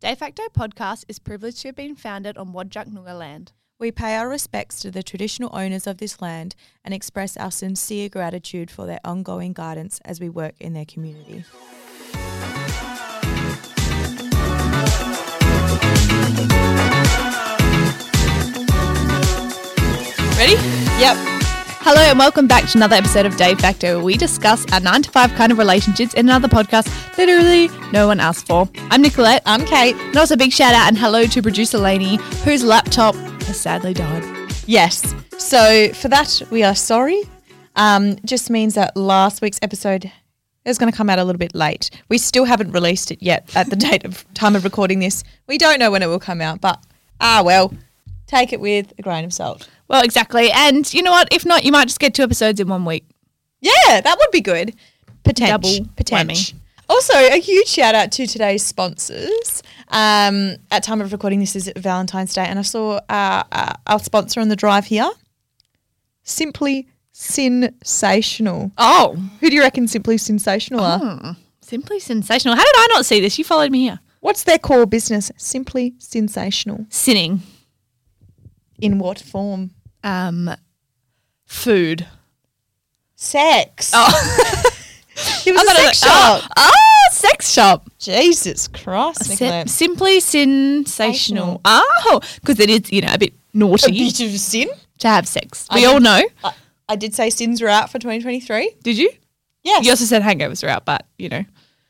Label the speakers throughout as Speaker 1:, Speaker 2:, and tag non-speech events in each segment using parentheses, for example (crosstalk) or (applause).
Speaker 1: De facto podcast is privileged to have been founded on Wadjuk Noongar land.
Speaker 2: We pay our respects to the traditional owners of this land and express our sincere gratitude for their ongoing guidance as we work in their community.
Speaker 1: Ready?
Speaker 2: Yep.
Speaker 1: Hello and welcome back to another episode of De Facto, where we discuss our 9 to 5 kind of relationships in another podcast literally no one asked for. I'm Nicolette.
Speaker 2: I'm Kate.
Speaker 1: And also a big shout out and hello to producer Lainey, whose laptop has sadly died.
Speaker 2: Yes. So for that, we are sorry. Um, just means that last week's episode is going to come out a little bit late. We still haven't released it yet at the (laughs) date of time of recording this. We don't know when it will come out, but ah well. Take it with a grain of salt.
Speaker 1: Well, exactly. And you know what? If not, you might just get two episodes in one week.
Speaker 2: Yeah, that would be good. Potential.
Speaker 1: Double
Speaker 2: Potential. Also, a huge shout out to today's sponsors. Um, at time of recording, this is Valentine's Day, and I saw uh, uh, our sponsor on the drive here. Simply sensational.
Speaker 1: Oh,
Speaker 2: Who do you reckon Simply Sensational are?
Speaker 1: simply sensational. How did I not see this? You followed me here.
Speaker 2: What's their core business? Simply sensational.
Speaker 1: Sinning.
Speaker 2: In what form?
Speaker 1: Um, food.
Speaker 2: Sex. (laughs)
Speaker 1: Oh,
Speaker 2: it was a
Speaker 1: thought it
Speaker 2: sex
Speaker 1: was-
Speaker 2: shop.
Speaker 1: oh sex shop.
Speaker 2: Jesus Christ,
Speaker 1: Sim-
Speaker 2: Nicolette.
Speaker 1: simply sensational. Oh, because it is, you know, a bit
Speaker 2: A
Speaker 1: naughty
Speaker 2: bit of sin.
Speaker 1: to have sex. We
Speaker 2: I-
Speaker 1: all know.
Speaker 2: I, I did say sins were out for 2023.
Speaker 1: Did you?
Speaker 2: Yes.
Speaker 1: You also said hangovers are out, but, you know,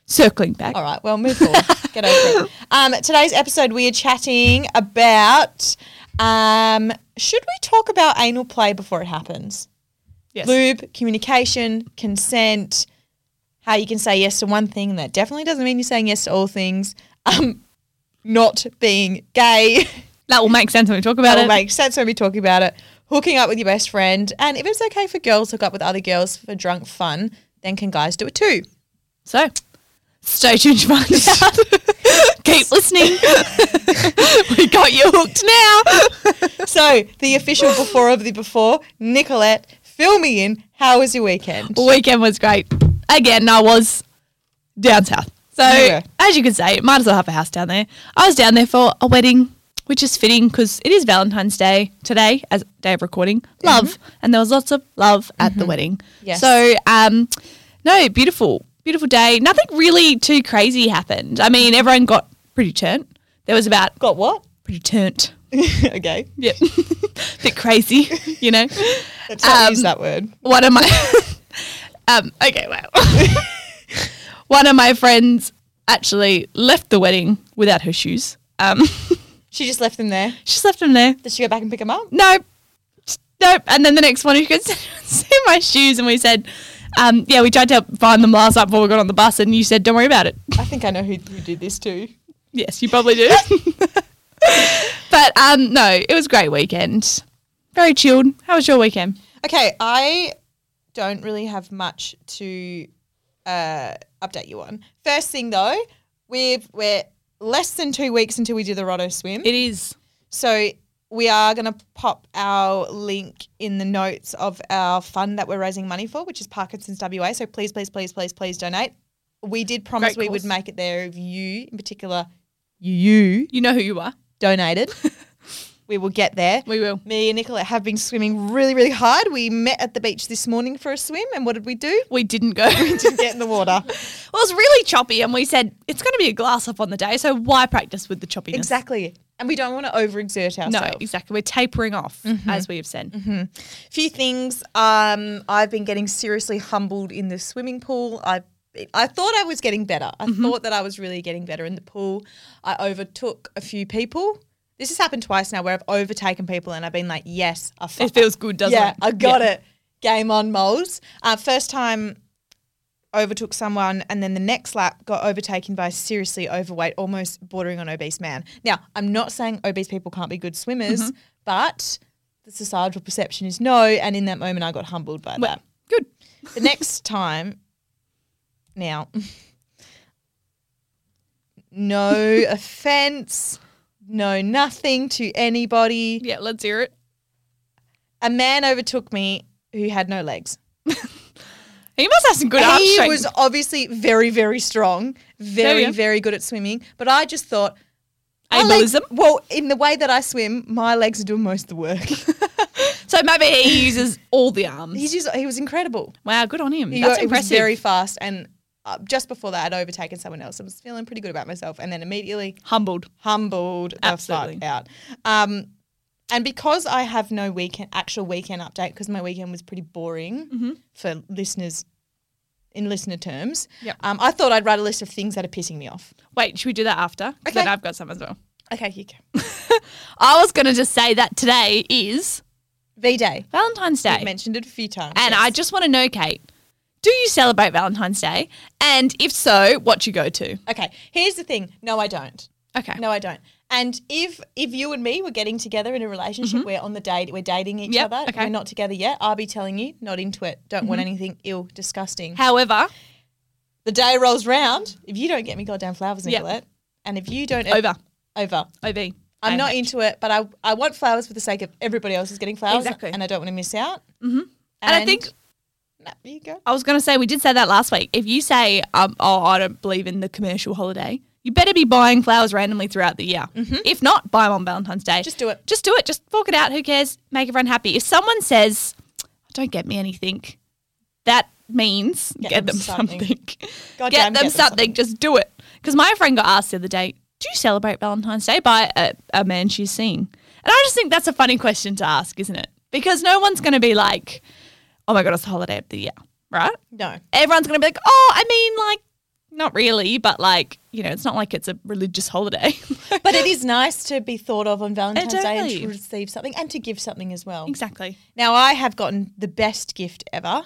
Speaker 1: circling back.
Speaker 2: All right, well, move forward. Get over it. Um, today's episode, we are chatting about um, should we talk about anal play before it happens?
Speaker 1: Yes.
Speaker 2: Lube, communication, consent, how you can say yes to one thing. That definitely doesn't mean you're saying yes to all things. Um, not being gay.
Speaker 1: That will make sense when we talk about
Speaker 2: that will
Speaker 1: it.
Speaker 2: make sense when we talk about it. Hooking up with your best friend. And if it's okay for girls to hook up with other girls for drunk fun, then can guys do it too?
Speaker 1: so, stay tuned to
Speaker 2: (laughs)
Speaker 1: find out. Keep listening. (laughs) we got you hooked now.
Speaker 2: So the official before of the before, Nicolette, fill me in. How was your weekend?
Speaker 1: Weekend was great. Again, I was down south. So,
Speaker 2: Yeah.
Speaker 1: as you could say, might as well have a house down there. I was down there for a wedding, which is fitting because it is Valentine's Day today, as day of recording. Love. And there was lots of love at the wedding.
Speaker 2: Mm-hmm. Yes.
Speaker 1: So, um, no, beautiful, beautiful day. Nothing really too crazy happened. I mean, everyone got pretty turnt. There was about
Speaker 2: Got what?
Speaker 1: pretty turnt.
Speaker 2: (laughs) okay,
Speaker 1: Yep. (laughs) Bit crazy, you
Speaker 2: (laughs)
Speaker 1: know.
Speaker 2: let's not
Speaker 1: Um,
Speaker 2: use that word.
Speaker 1: one of my (laughs) um okay wow (laughs) one of my friends actually left the wedding without her shoes um (laughs)
Speaker 2: She just left them there.
Speaker 1: she's left them there
Speaker 2: Did she go back and pick them up?
Speaker 1: nope nope and then the next morning she goes see my shoes and we said um yeah we tried to find them last night before we got on the bus and you said don't worry about it (laughs)
Speaker 2: I think I know who, who did this too.
Speaker 1: yes you probably do (laughs) but um no it was a great weekend very chilled how was your weekend
Speaker 2: Okay, I don't really have much to uh, update you on. First thing though, we've, we're less than two weeks until we do the Roto swim.
Speaker 1: it is
Speaker 2: So we are going to pop our link in the notes of our fund that we're raising money for, which is Parkinson's WA. So please, please, please, please, please donate. We did promise
Speaker 1: Great
Speaker 2: we would
Speaker 1: cause.
Speaker 2: make it there if you, in particular, you
Speaker 1: you know who you are
Speaker 2: donated. we will get there.
Speaker 1: we will
Speaker 2: Me and Nicolette have been swimming really, really hard. We met at the beach this morning for a swim, and what did we do?
Speaker 1: we didn't go (laughs)
Speaker 2: Didn't get in the water.
Speaker 1: Well, it was really choppy, and we said it's going to be a glass up on the day, so why practice with the choppiness?
Speaker 2: (laughs) exactly. And we don't want to overexert ourselves.
Speaker 1: No, exactly. We're tapering off,
Speaker 2: Mm-hmm.
Speaker 1: as we have said.
Speaker 2: few things. Um, I've been getting seriously humbled in the swimming pool. I I thought I was getting better. I thought that I was really getting better in the pool. I overtook a few people. This has happened twice now where I've overtaken people and I've been like, yes, I
Speaker 1: It
Speaker 2: fucked
Speaker 1: feels good, doesn't
Speaker 2: yeah,
Speaker 1: it?
Speaker 2: I got it. Game on, moles. Uh, first time overtook someone, and then the next lap got overtaken by a seriously overweight, almost bordering on obese man. Now, I'm not saying obese people can't be good swimmers,
Speaker 1: Mm-hmm.
Speaker 2: but the societal perception is no. And in that moment, I got humbled by
Speaker 1: Well,
Speaker 2: that.
Speaker 1: good. (laughs)
Speaker 2: The next time, now, (laughs)
Speaker 1: (laughs)
Speaker 2: no offense, no nothing to anybody
Speaker 1: Yeah, let's hear it.
Speaker 2: a man overtook me who had no legs.
Speaker 1: He must have some good arm
Speaker 2: he
Speaker 1: strength.
Speaker 2: was obviously very, very strong, very,
Speaker 1: yeah.
Speaker 2: very good at swimming. But I just thought, My legs-
Speaker 1: ableism.
Speaker 2: well, in the way that I swim, my legs are doing most of the work.
Speaker 1: (laughs) So maybe he uses all the arms.
Speaker 2: He's just, he was incredible.
Speaker 1: Wow, good on him.
Speaker 2: He
Speaker 1: That's
Speaker 2: got- It was
Speaker 1: impressive.
Speaker 2: very fast. And uh, just before that, I'd overtaken someone else. I was feeling pretty good about myself. And then immediately
Speaker 1: humbled.
Speaker 2: humbled the
Speaker 1: Absolutely.
Speaker 2: fuck out. Um, and because I have no weekend actual weekend update because my weekend was pretty boring
Speaker 1: Mm-hmm.
Speaker 2: for listeners in listener terms.
Speaker 1: Yep.
Speaker 2: Um, I thought I'd write a list of things that are pissing me off.
Speaker 1: Wait, should we do that after? 'Cause Then
Speaker 2: Okay.
Speaker 1: I've got some as well.
Speaker 2: Okay, here you go.
Speaker 1: I was going to just say that today is
Speaker 2: V Day.
Speaker 1: Valentine's
Speaker 2: I
Speaker 1: Day.
Speaker 2: mentioned it a few times.
Speaker 1: And I just want to know, Kate, do you celebrate Valentine's Day? And if so, what you go to?
Speaker 2: I Okay, here's the thing. No, I don't.
Speaker 1: Okay.
Speaker 2: No, I don't. And if if you and me were getting together in a relationship, we're on the date, we're dating each
Speaker 1: Mm-hmm. Yep,
Speaker 2: other,
Speaker 1: okay. Mm-hmm.
Speaker 2: we're not together yet, I'll be telling you, not into it. Don't want anything ill, disgusting.
Speaker 1: However,
Speaker 2: the day rolls round. If you don't get me goddamn flowers,
Speaker 1: Yep.
Speaker 2: Nicolette, and if you don't e-
Speaker 1: over,
Speaker 2: over,
Speaker 1: OB.
Speaker 2: I'm not
Speaker 1: Okay.
Speaker 2: into it. But I I want flowers for the sake of everybody else is getting flowers,
Speaker 1: Exactly.
Speaker 2: and I don't want to miss out. Mm-hmm.
Speaker 1: And I think-
Speaker 2: Nah, there you go.
Speaker 1: I was going to say, we did say that last week. If you say, um, oh, I don't believe in the commercial holiday, you better be buying flowers randomly throughout the year. If not, buy them on Valentine's Day.
Speaker 2: Mm-hmm. Just do it.
Speaker 1: Just do it. Just fork it out. Who cares? Make everyone happy. If someone says, don't get me anything, that means get, them something.
Speaker 2: God
Speaker 1: get,
Speaker 2: damn,
Speaker 1: them something. Just do it. Because my friend got asked the other day, do you celebrate Valentine's Day by a, a man she's seeing? And I just think that's a funny question to ask, isn't it? Because no one's going to be like, oh my God, it's the holiday of the year, right?
Speaker 2: No,
Speaker 1: everyone's going to be like, oh, I mean, like, not really, but like, you know, it's not like it's a religious holiday. (laughs)
Speaker 2: but it is nice to be thought of on Valentine's Day and
Speaker 1: totally.
Speaker 2: to receive something and to give something as well.
Speaker 1: exactly.
Speaker 2: Now I have gotten the best gift ever,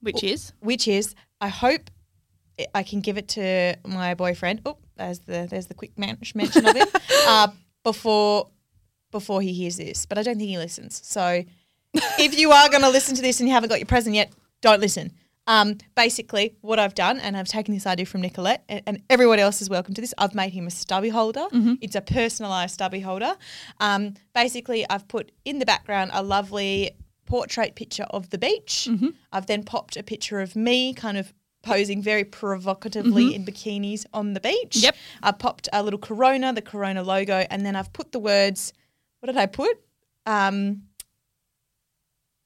Speaker 1: Which is
Speaker 2: which is I hope I- I can give it to my boyfriend. Oh, there's the there's the quick man- mention of him uh, before before he hears this, but I don't think he listens. So (laughs) if you are going to listen to this and you haven't got your present yet, don't listen. Um, basically, what I've done, and I've taken this idea from Nicolette, and, and everyone else is welcome to this. I've made him a stubby holder. It's a personalised stubby holder. Um, basically, I've put in the background a lovely portrait picture of the beach. I've then popped a picture of me, kind of posing very provocatively in bikinis on the beach.
Speaker 1: Yep.
Speaker 2: I popped a little Corona, the Corona logo, and then I've put the words. What did I put? Um,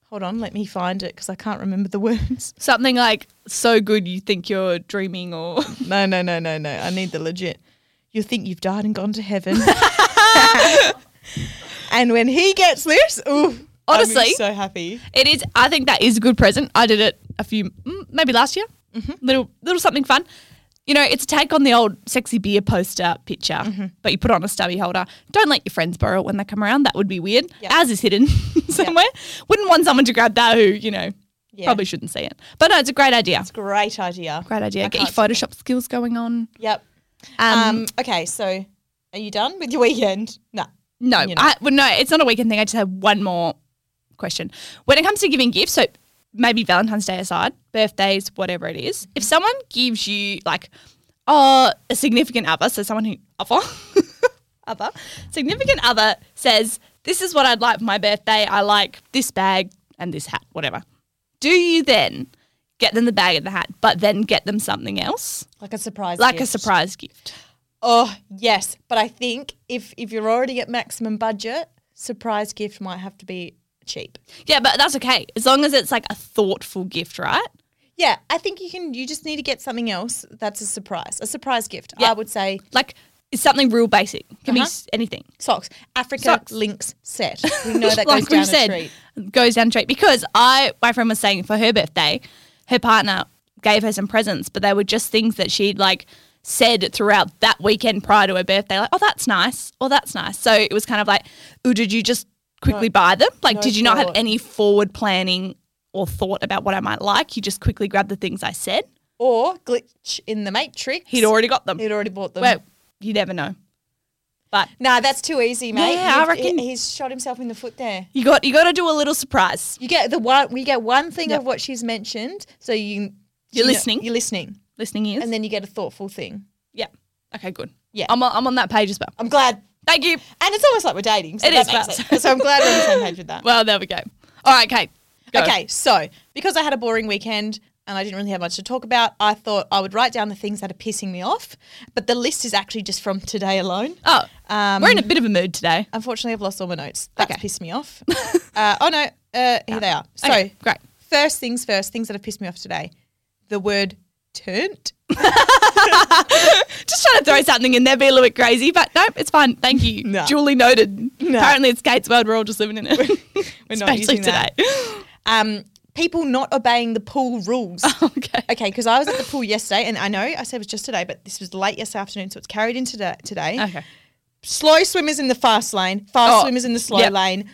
Speaker 2: hold on, let me find it because I can't remember the (laughs) words.
Speaker 1: something like so good you think you're dreaming or
Speaker 2: No, no, no, no, no. I need the legit. You think you've died and gone to heaven. (laughs) and when he gets this, ooh, I'm
Speaker 1: Honestly.
Speaker 2: so happy.
Speaker 1: it is. I think that is a good present. I did it a few, mm, maybe last year.
Speaker 2: Mm-hmm.
Speaker 1: Little, little something fun. You know, it's a take on the old sexy beer poster picture,
Speaker 2: Mm-hmm.
Speaker 1: but you put it on a stubby holder. Don't let your friends borrow it when they come around. That would be weird.
Speaker 2: Yeah.
Speaker 1: Ours is hidden (laughs) somewhere. Wouldn't want someone to grab that who, you know,
Speaker 2: Yeah.
Speaker 1: probably shouldn't see it. But no, it's a great idea.
Speaker 2: Great idea.
Speaker 1: Great idea. Get your
Speaker 2: can't
Speaker 1: Photoshop skills going on.
Speaker 2: Yep.
Speaker 1: Um,
Speaker 2: Um, okay, so are you done with your weekend? No.
Speaker 1: no,
Speaker 2: you know.
Speaker 1: I, well, no, it's not a weekend thing. I just have one more question. When it comes to giving gifts, so maybe Valentine's Day aside, birthdays, whatever it is,
Speaker 2: Mm-hmm.
Speaker 1: if someone gives you like, oh, a significant other, so someone who other, (laughs) other, significant other says, this is what I'd like for my birthday. I like this bag and this hat, whatever. Do you then get them the bag and the hat, but then get them something else,
Speaker 2: Like a surprise.
Speaker 1: like a
Speaker 2: gift.
Speaker 1: surprise gift?
Speaker 2: Oh yes, but I think if if you're already at maximum budget, surprise gift might have to be cheap.
Speaker 1: Yeah, but that's okay. As long as it's like a thoughtful gift, right?
Speaker 2: Yeah, I think you can. You just need to get something else that's a surprise, a surprise gift.
Speaker 1: Yeah.
Speaker 2: I would say
Speaker 1: Like it's something real basic. Can be
Speaker 2: Uh-huh.
Speaker 1: s- anything.
Speaker 2: socks, Africa
Speaker 1: Socks.
Speaker 2: links set.
Speaker 1: (laughs)
Speaker 2: We know
Speaker 1: like
Speaker 2: that goes down
Speaker 1: we've said,
Speaker 2: a treat.
Speaker 1: goes down a treat. Because I, my friend was saying for her birthday, her partner gave her some presents, but they were just things that she'd like said throughout that weekend prior to her birthday, like, "Oh, that's nice," or "That's nice." So it was kind of like, "Oh, did you just quickly buy them? Like,
Speaker 2: no
Speaker 1: did you not have
Speaker 2: thought.
Speaker 1: any forward planning?" Or thought about what I might like, you just quickly grabbed the things I said.
Speaker 2: Or glitch in the matrix.
Speaker 1: He'd already got them.
Speaker 2: He'd already bought them.
Speaker 1: Well, you never know. But
Speaker 2: nah, that's too easy, mate.
Speaker 1: Yeah, I
Speaker 2: You've-
Speaker 1: reckon-
Speaker 2: he- he's shot himself in the foot there.
Speaker 1: you got you got to do a little surprise.
Speaker 2: You get the one. We get one thing
Speaker 1: Yep.
Speaker 2: of what she's mentioned, so you
Speaker 1: You're
Speaker 2: you know-
Speaker 1: listening.
Speaker 2: you're listening,
Speaker 1: Listening ears.
Speaker 2: and then you get a thoughtful thing.
Speaker 1: yeah. Okay. Good.
Speaker 2: Yeah.
Speaker 1: I'm on, I'm on that page as well.
Speaker 2: I'm glad
Speaker 1: Thank you.
Speaker 2: And it's almost like we're dating. So
Speaker 1: It
Speaker 2: that
Speaker 1: is,
Speaker 2: makes
Speaker 1: but-
Speaker 2: sense. So I'm glad we're on the same page with that.
Speaker 1: Well, there we go. All right, Kate. Go.
Speaker 2: Okay, so because I had a boring weekend, and I didn't really have much to talk about, I thought I would write down the things that are pissing me off. But the list is actually just from today alone.
Speaker 1: Oh,
Speaker 2: Um,
Speaker 1: we're in a bit of a mood today.
Speaker 2: Unfortunately, I've lost all my notes. That's
Speaker 1: Okay.
Speaker 2: pissed
Speaker 1: (laughs)
Speaker 2: me off. uh, oh no, uh, here they are. So,
Speaker 1: Okay, great.
Speaker 2: first things first, things that have pissed me off today. The word "turnt."
Speaker 1: Just trying to throw something in there, be a little bit crazy, but nope, it's fine. Thank
Speaker 2: (laughs)
Speaker 1: you.
Speaker 2: No.
Speaker 1: Duly noted. Apparently, it's Kate's world. We're all just living in it.
Speaker 2: (laughs) We're not
Speaker 1: Especially
Speaker 2: using
Speaker 1: today. (laughs)
Speaker 2: that. Um, people not obeying the
Speaker 1: (laughs)
Speaker 2: pool rules.
Speaker 1: okay.
Speaker 2: Okay, because I was at the pool yesterday, and I know I said it was just today, but this was late yesterday afternoon, so it's carried into da- today.
Speaker 1: Okay.
Speaker 2: Slow swimmers in the fast lane, fast
Speaker 1: Oh,
Speaker 2: swimmers in the slow
Speaker 1: yep.
Speaker 2: lane,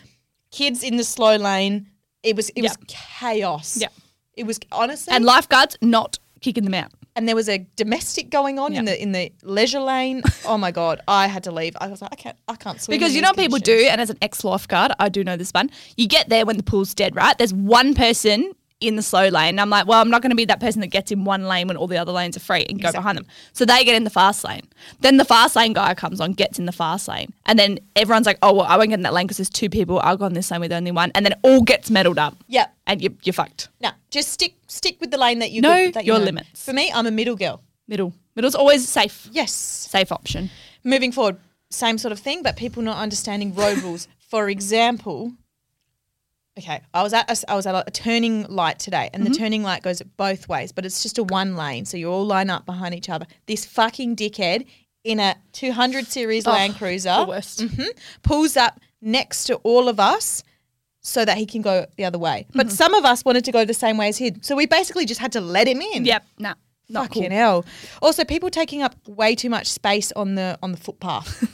Speaker 2: kids in the slow lane. It was it was chaos.
Speaker 1: Yep.
Speaker 2: It was honestly,
Speaker 1: And
Speaker 2: and,
Speaker 1: lifeguards not kicking them out.
Speaker 2: there was a domestic going on
Speaker 1: Yep.
Speaker 2: in the in the leisure lane. oh my god, I had to leave. I was like, I can't, I can't swim
Speaker 1: Because
Speaker 2: in
Speaker 1: you know what
Speaker 2: these
Speaker 1: people
Speaker 2: conditions.
Speaker 1: do, and as an ex lifeguard, I do know this one. You get there when the pool's dead, right? There's one person in the slow lane. And I'm like, well, I'm not going to be that person that gets in one lane when all the other lanes are free and go behind them. So they get in the fast lane. Then the fast lane guy comes on, gets in the fast lane, and then everyone's like, oh well, I won't get in that lane because there's two people. I'll go on this lane with only one, and then it all gets meddled up.
Speaker 2: Yep.
Speaker 1: and you, you're fucked.
Speaker 2: No, just stick stick with the lane that you
Speaker 1: Know
Speaker 2: good- that you
Speaker 1: your
Speaker 2: know.
Speaker 1: limits.
Speaker 2: For me, I'm a middle girl.
Speaker 1: Middle, middle's always safe,
Speaker 2: Yes.
Speaker 1: safe option.
Speaker 2: moving forward, same sort of thing, but people not understanding road rules. For example, okay, I was at a, I was at a turning light today, and the
Speaker 1: Mm-hmm.
Speaker 2: turning light goes both ways, but it's just a one lane, so you all line up behind each other. This fucking dickhead in a 200 series Land Cruiser
Speaker 1: Oh, The worst.
Speaker 2: pulls up next to all of us. So that he can go the other way, but
Speaker 1: Mm-hmm.
Speaker 2: some of us wanted to go the same way as he, so we basically just had to let him in.
Speaker 1: (laughs) Yep, nah, not
Speaker 2: fucking
Speaker 1: cool.
Speaker 2: hell. Also, people taking up way too much space on the on the footpath.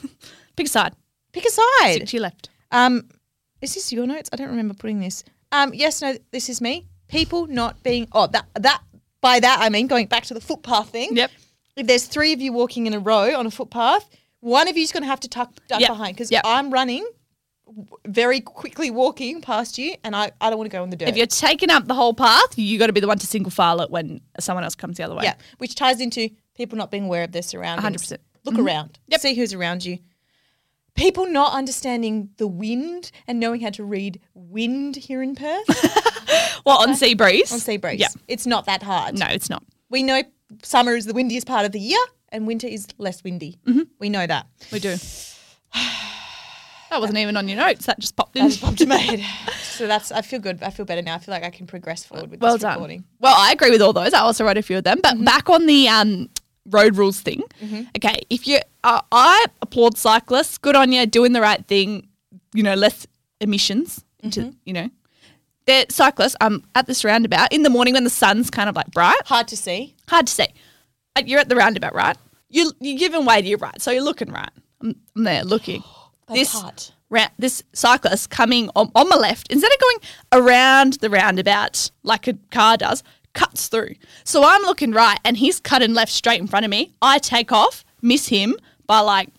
Speaker 1: Pick a side.
Speaker 2: Pick a side.
Speaker 1: Stick to your left.
Speaker 2: Um, is this your notes? I don't remember putting this. Um, yes, no, this is me. People not being oh that that by that I mean going back to the footpath thing.
Speaker 1: Yep.
Speaker 2: If there's three of you walking in a row on a footpath, one of you's going to have to tuck duck
Speaker 1: Yep.
Speaker 2: behind because
Speaker 1: Yep.
Speaker 2: I'm running, w- very quickly walking past you, and I, I don't want to go on the dirt.
Speaker 1: If you're taking up the whole path, you got to be the one to single file it when someone else comes the other way.
Speaker 2: yeah, which ties into people not being aware of their surroundings.
Speaker 1: 100%.
Speaker 2: Look around.
Speaker 1: Mm-hmm. Yep.
Speaker 2: See who's around you. People not understanding the wind and knowing how to read wind here in Perth.
Speaker 1: (laughs) Well, on sea breeze.
Speaker 2: on sea breeze.
Speaker 1: Yeah.
Speaker 2: It's not that hard.
Speaker 1: No, it's not.
Speaker 2: We know summer is the windiest part of the year and winter is less windy.
Speaker 1: Mm-hmm.
Speaker 2: We know that.
Speaker 1: We do. (sighs) That wasn't even on your notes. That just popped in.
Speaker 2: That just popped in my head. (laughs) So that's I feel good. I feel better now. I feel like I can progress forward
Speaker 1: (laughs)
Speaker 2: with
Speaker 1: well
Speaker 2: this
Speaker 1: done.
Speaker 2: recording. Mm-hmm.
Speaker 1: Well, I agree with all those. I also wrote a few of them. But back on the um, road rules thing. Okay, if you, uh, I applaud cyclists. Good on you, doing the right thing. You know, less emissions. into-
Speaker 2: Mm-hmm.
Speaker 1: you know, they're cyclists. I'm at this roundabout in the morning when the sun's kind of like bright.
Speaker 2: Hard to see.
Speaker 1: hard to say. Uh, You're at the roundabout, right? You you're giving way to your right, so you're looking right. I'm, I'm there looking. this
Speaker 2: part.
Speaker 1: ra- this cyclist coming on, on my left instead of going around the roundabout like a car does, cuts through. So I'm looking right, and he's cutting left straight in front of me. I take off, miss him by like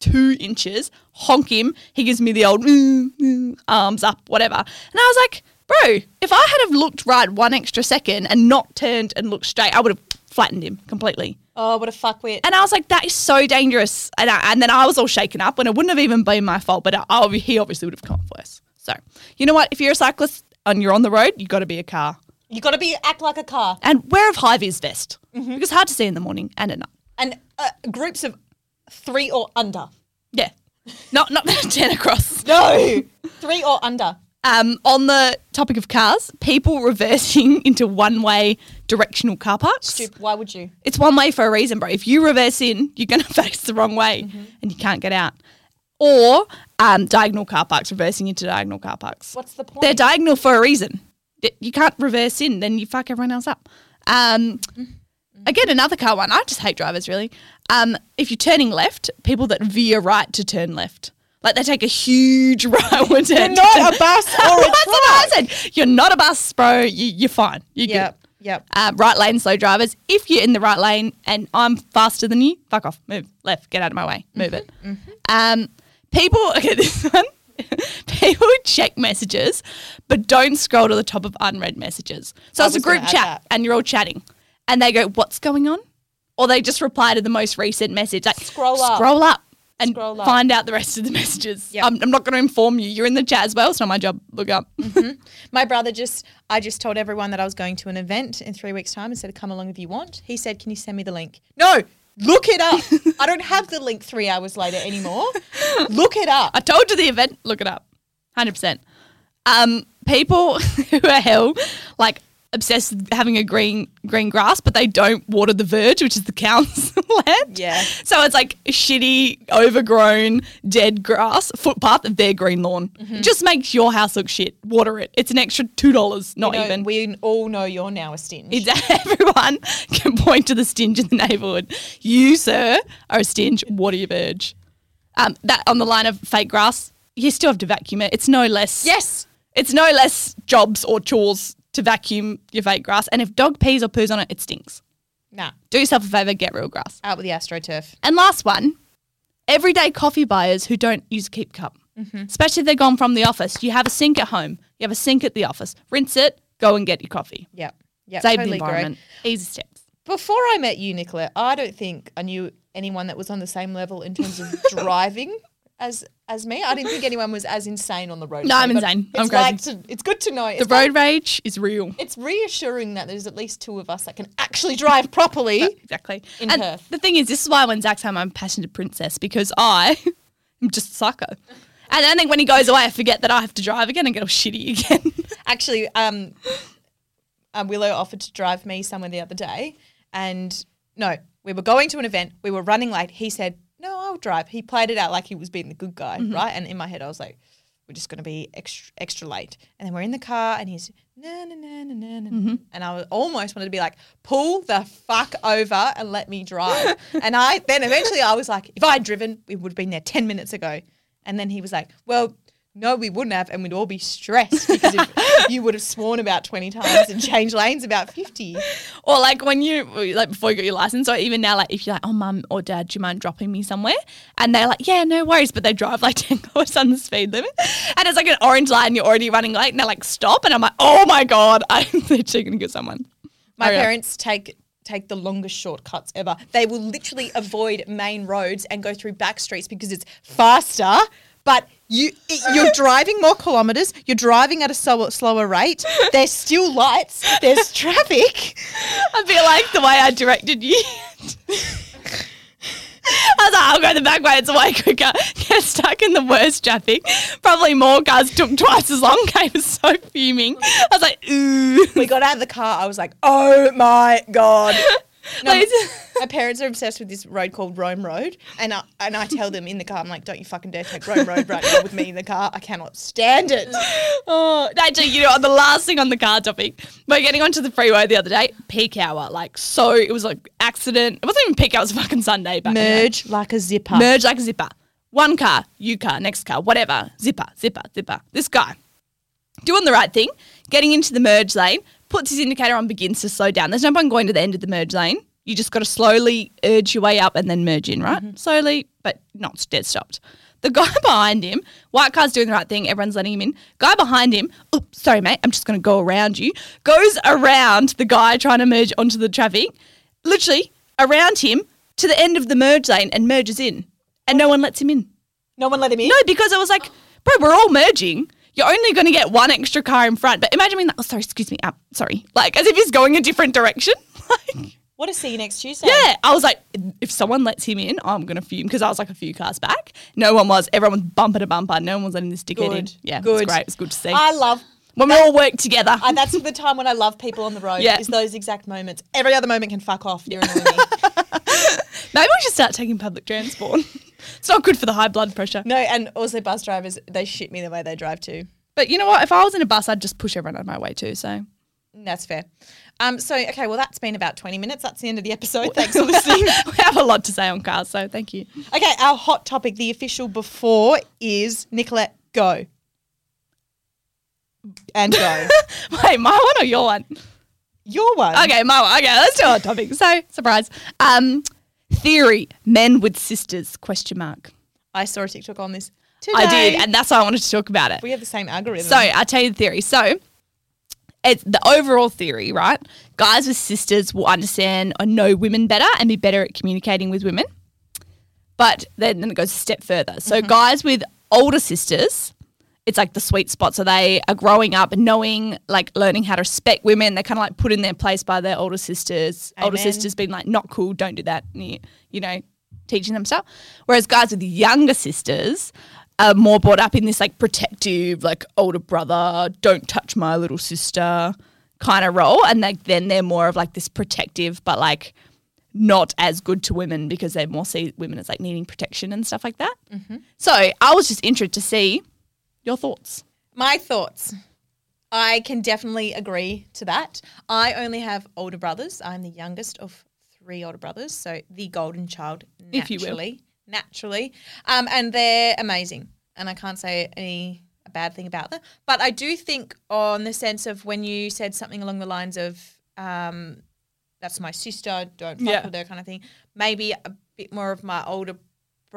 Speaker 1: two inches, honk him. He gives me the old "Mm, mm," arms up, whatever, and I was like. Bro, if I had have looked right one extra second and not turned and looked straight, I would have flattened him completely.
Speaker 2: Oh, what a fuckwit.
Speaker 1: And I was like, that is so dangerous. And, I, and then I was all shaken up when it wouldn't have even been my fault, but I, I, he obviously would have come off worse. So, you know what? If you're a cyclist and you're on the road, you've got to be a car.
Speaker 2: You got to be act like a car.
Speaker 1: And wear a high vis vest because it's hard to see in the morning and at night.
Speaker 2: And uh, groups of 3 or under.
Speaker 1: Yeah. Not, not (laughs) 10 across.
Speaker 2: No. 3 or under.
Speaker 1: Um, on the topic of cars, people (laughs) reversing into one way directional car parks.
Speaker 2: Stupid. Why would you?
Speaker 1: It's one way for a reason, bro. If you reverse in, you're going to (laughs) face the wrong way
Speaker 2: Mm-hmm.
Speaker 1: and you can't get out. Or um, diagonal car parks, reversing into diagonal car parks.
Speaker 2: What's the point?
Speaker 1: They're diagonal for a reason. Y- You can't reverse in, then you fuck everyone else up. Um,
Speaker 2: Mm-hmm.
Speaker 1: again, another car one. I just hate drivers, really. Um, if you're turning left, people that veer right to turn left. Like they take a huge (laughs) rightward turn. to turn- (laughs)
Speaker 2: not a bus or a
Speaker 1: That's what I said. You're not a bus, bro. You, you're fine. You're
Speaker 2: Yep.
Speaker 1: good.
Speaker 2: Yep.
Speaker 1: Um, right lane slow drivers. If you're in the right lane and I'm faster than you, fuck off, move left, get out of my way, move
Speaker 2: Mm-hmm,
Speaker 1: it. Um, people, (laughs) okay, this one. people check messages, but don't scroll to the top of unread messages. So
Speaker 2: I
Speaker 1: it's a
Speaker 2: was gonna
Speaker 1: group
Speaker 2: add
Speaker 1: chat,
Speaker 2: that.
Speaker 1: and you're all chatting, and they go, "What's going on?" Or they just reply to the most recent message, like
Speaker 2: Scroll up.
Speaker 1: scroll up. and
Speaker 2: Scroll up.
Speaker 1: find out the rest of the (laughs) messages.
Speaker 2: Yep.
Speaker 1: I'm, I'm not going to inform you. You're in the chat as well. It's not my job. Look up.
Speaker 2: Mm-hmm.
Speaker 1: (laughs)
Speaker 2: My brother just, I just told everyone that I was going to an event in three weeks' time and said, come along if you want. He said, can you send me the link? No, look it up. I don't have the link three hours later
Speaker 1: (laughs)
Speaker 2: anymore. Look it up.
Speaker 1: I told you the event. Look it up. 100%. Um, people (laughs) who are hell, like obsessed with having a green green grass, but they don't water the verge, which is the (laughs) council land.
Speaker 2: Yeah.
Speaker 1: So it's like shitty, overgrown, dead grass footpath of their green lawn.
Speaker 2: Mm-hmm.
Speaker 1: It just makes your house look shit. Water it. It's an extra $2, not
Speaker 2: You know,
Speaker 1: even.
Speaker 2: We all know you're now a stinge.
Speaker 1: It's (laughs) everyone can point to the stinge in the neighbourhood. You, sir, are a stinge. Water your verge. Um, that on the line of fake grass, you still have to vacuum it. It's no less.
Speaker 2: yes.
Speaker 1: It's no less jobs or chores to vacuum your fake grass. And if dog pees or poos on it, it stinks.
Speaker 2: Nah,
Speaker 1: Do yourself a favour, get real grass.
Speaker 2: out with the AstroTurf.
Speaker 1: And last one, everyday coffee buyers who don't use a keep cup,
Speaker 2: Mm-hmm.
Speaker 1: especially if they're gone from the office. You have a sink at home. You have a sink at the office. Rinse it. Go and get your coffee.
Speaker 2: Yep. Yep.
Speaker 1: Save
Speaker 2: totally
Speaker 1: the
Speaker 2: agree.
Speaker 1: environment. Easy steps.
Speaker 2: Before I met you, Nicola, I don't think I knew anyone that was on the same level in
Speaker 1: (laughs)
Speaker 2: terms of driving as as me. I didn't think anyone was as insane on the road.
Speaker 1: No,
Speaker 2: as
Speaker 1: I'm
Speaker 2: me, but
Speaker 1: insane.
Speaker 2: It's
Speaker 1: I'm
Speaker 2: like to- it's good to know. It's,
Speaker 1: The
Speaker 2: like-
Speaker 1: road rage is real.
Speaker 2: it's reassuring that there's at least two of us that can actually drive properly.
Speaker 1: Exactly.
Speaker 2: In
Speaker 1: and
Speaker 2: Perth.
Speaker 1: the thing is, this is why when Zach's home, I'm a passionate princess because I (laughs) am just a psycho. And I think when he goes away, I forget that I have to drive again and get all shitty again. (laughs)
Speaker 2: actually, um, um, Willow offered to drive me somewhere the other day, and no, we were going to an event. We were running late. He said, "No, I'll drive." He played it out like he was being the good guy, right? And in my head, I was like, "We're just going to be extra, extra late." And then we're in the car, and he's na na na na na, na. and I was- almost wanted to be like, "Pull the fuck over and let me drive." and I then eventually I was like, "If I'd driven, we would have been there ten minutes ago." And then he was like, "Well." No, we wouldn't have, and we'd all be stressed because if you would have sworn about 20 times and changed lanes about 50.
Speaker 1: or like when you, like before you got your license, or even now, like if you're like, oh, mum or dad, do you mind dropping me somewhere? And they're like, yeah, no worries. But they drive like (laughs) 10 kilometers on the speed limit. And it's like an orange light and you're already running late. And they're like, stop. And I'm like, oh my God, (laughs) I'm literally going to get someone.
Speaker 2: My
Speaker 1: Hurry up.
Speaker 2: parents take take the longest shortcuts ever. They will literally avoid main roads and go through back streets because it's faster. But you it, you're driving more kilometers. You're driving at a slower, slower rate. There's still lights. There's traffic.
Speaker 1: I feel like the way I directed you. (laughs) I was like, I'll go the back way, it's way quicker. (laughs) Get stuck in the worst traffic. Probably more cars took twice as long. (laughs) I was so fuming. I was like, ooh. (laughs)
Speaker 2: We got out of the car. I was like, oh my god. No, (laughs)
Speaker 1: Please.
Speaker 2: my parents are obsessed with this road called Rome Road, and I, and I tell them in the car, I'm like, don't you fucking dare take Rome Road right now with me in the car. I cannot stand (laughs) it.
Speaker 1: (laughs) Oh, actually, you know, what, the last thing on the car topic, we're getting onto the freeway the other day, peak hour. Like, so it was like accident. It wasn't even peak hour, it was fucking Sunday. Back in the day.
Speaker 2: Merge like a zipper.
Speaker 1: Merge like a zipper. One car, you car, next car, whatever. Zipper, zipper, zipper. This guy doing the right thing, getting into the merge lane, puts his indicator on, begins to slow down. There's no point going to the end of the merge lane. You just got to slowly urge your way up and then merge in, right? Slowly, but not dead stopped. The guy (laughs) behind him, white car's doing the right thing, everyone's letting him in. Guy behind him, oops, sorry, mate, I'm just going to go around you, goes around the guy trying to merge onto the traffic, literally around him to the end of the merge lane and merges in. And no one lets him in.
Speaker 2: No one let him in.
Speaker 1: No, because I was like, bro, we're all merging. You're only going to get one extra car in front. But imagine being like, oh, sorry, excuse me, up, sorry. Like, as if he's going a different direction. (laughs) Like,
Speaker 2: What to see you next Tuesday?
Speaker 1: yeah. I was like, if someone lets him in, I'm going to fume because I was like a few cars back. No one was. Everyone was bumper to bumper. No one was letting this dickhead in.
Speaker 2: Good.
Speaker 1: Yeah, it was
Speaker 2: Good.
Speaker 1: great. It was good to see.
Speaker 2: I love.
Speaker 1: when we all work together.
Speaker 2: I, that's the time when I love people on the road.
Speaker 1: Yeah.
Speaker 2: Is those exact moments. Every other moment can fuck off. You're annoying (laughs) me.
Speaker 1: Maybe we should start taking public transport. (laughs) it's not good for the high blood pressure.
Speaker 2: No, and also bus drivers, they shit me the way they drive too.
Speaker 1: But you know what? If I was in a bus, I'd just push everyone out of my way too.
Speaker 2: (laughs)
Speaker 1: So
Speaker 2: That's fair. Um. So okay, well that's been about twenty minutes. That's the end of the episode. Thanks for (laughs) listening.
Speaker 1: (laughs) we have a lot to say on cars. So thank you. (laughs)
Speaker 2: Okay, our hot topic, the official before is Nicolette go.
Speaker 1: (laughs)
Speaker 2: And go.
Speaker 1: Wait, my one or your one?
Speaker 2: Your one.
Speaker 1: Okay, my one. Okay, let's do our topic. So, surprise. Um, theory: men with sisters? Question mark.
Speaker 2: I saw a TikTok on this. Today.
Speaker 1: I did, and that's why I wanted to talk about it.
Speaker 2: we have the same algorithm.
Speaker 1: So I'll tell you the theory. So it's the overall theory, right? Guys with sisters will understand or know women better and be better at communicating with women. But then, then it goes a step further. So guys with older sisters, it's like the sweet spot. So they are growing up, and knowing, like learning how to respect women. They're kind of like put in their place by their older sisters. Older
Speaker 2: Amen.
Speaker 1: sisters being like, not cool, don't do that. and You, you know, teaching them stuff. Whereas guys with younger sisters are more brought up in this like protective, like older brother, don't touch my little sister kind of role. And like then they're more of like this protective, but like not as good to women because they more see women as like needing protection and stuff like that. So I was just interested to see your thoughts.
Speaker 2: My thoughts. I can definitely agree to that. I only have older brothers. I'm the youngest of three older brothers, so the golden child naturally.
Speaker 1: If you will.
Speaker 2: Naturally. Um, and they're amazing. And I can't say any a bad thing about them. But I do think on the sense of when you said something along the lines of um, that's my sister, don't fuck
Speaker 1: Yeah.
Speaker 2: with her kind of thing. Maybe a bit more of my older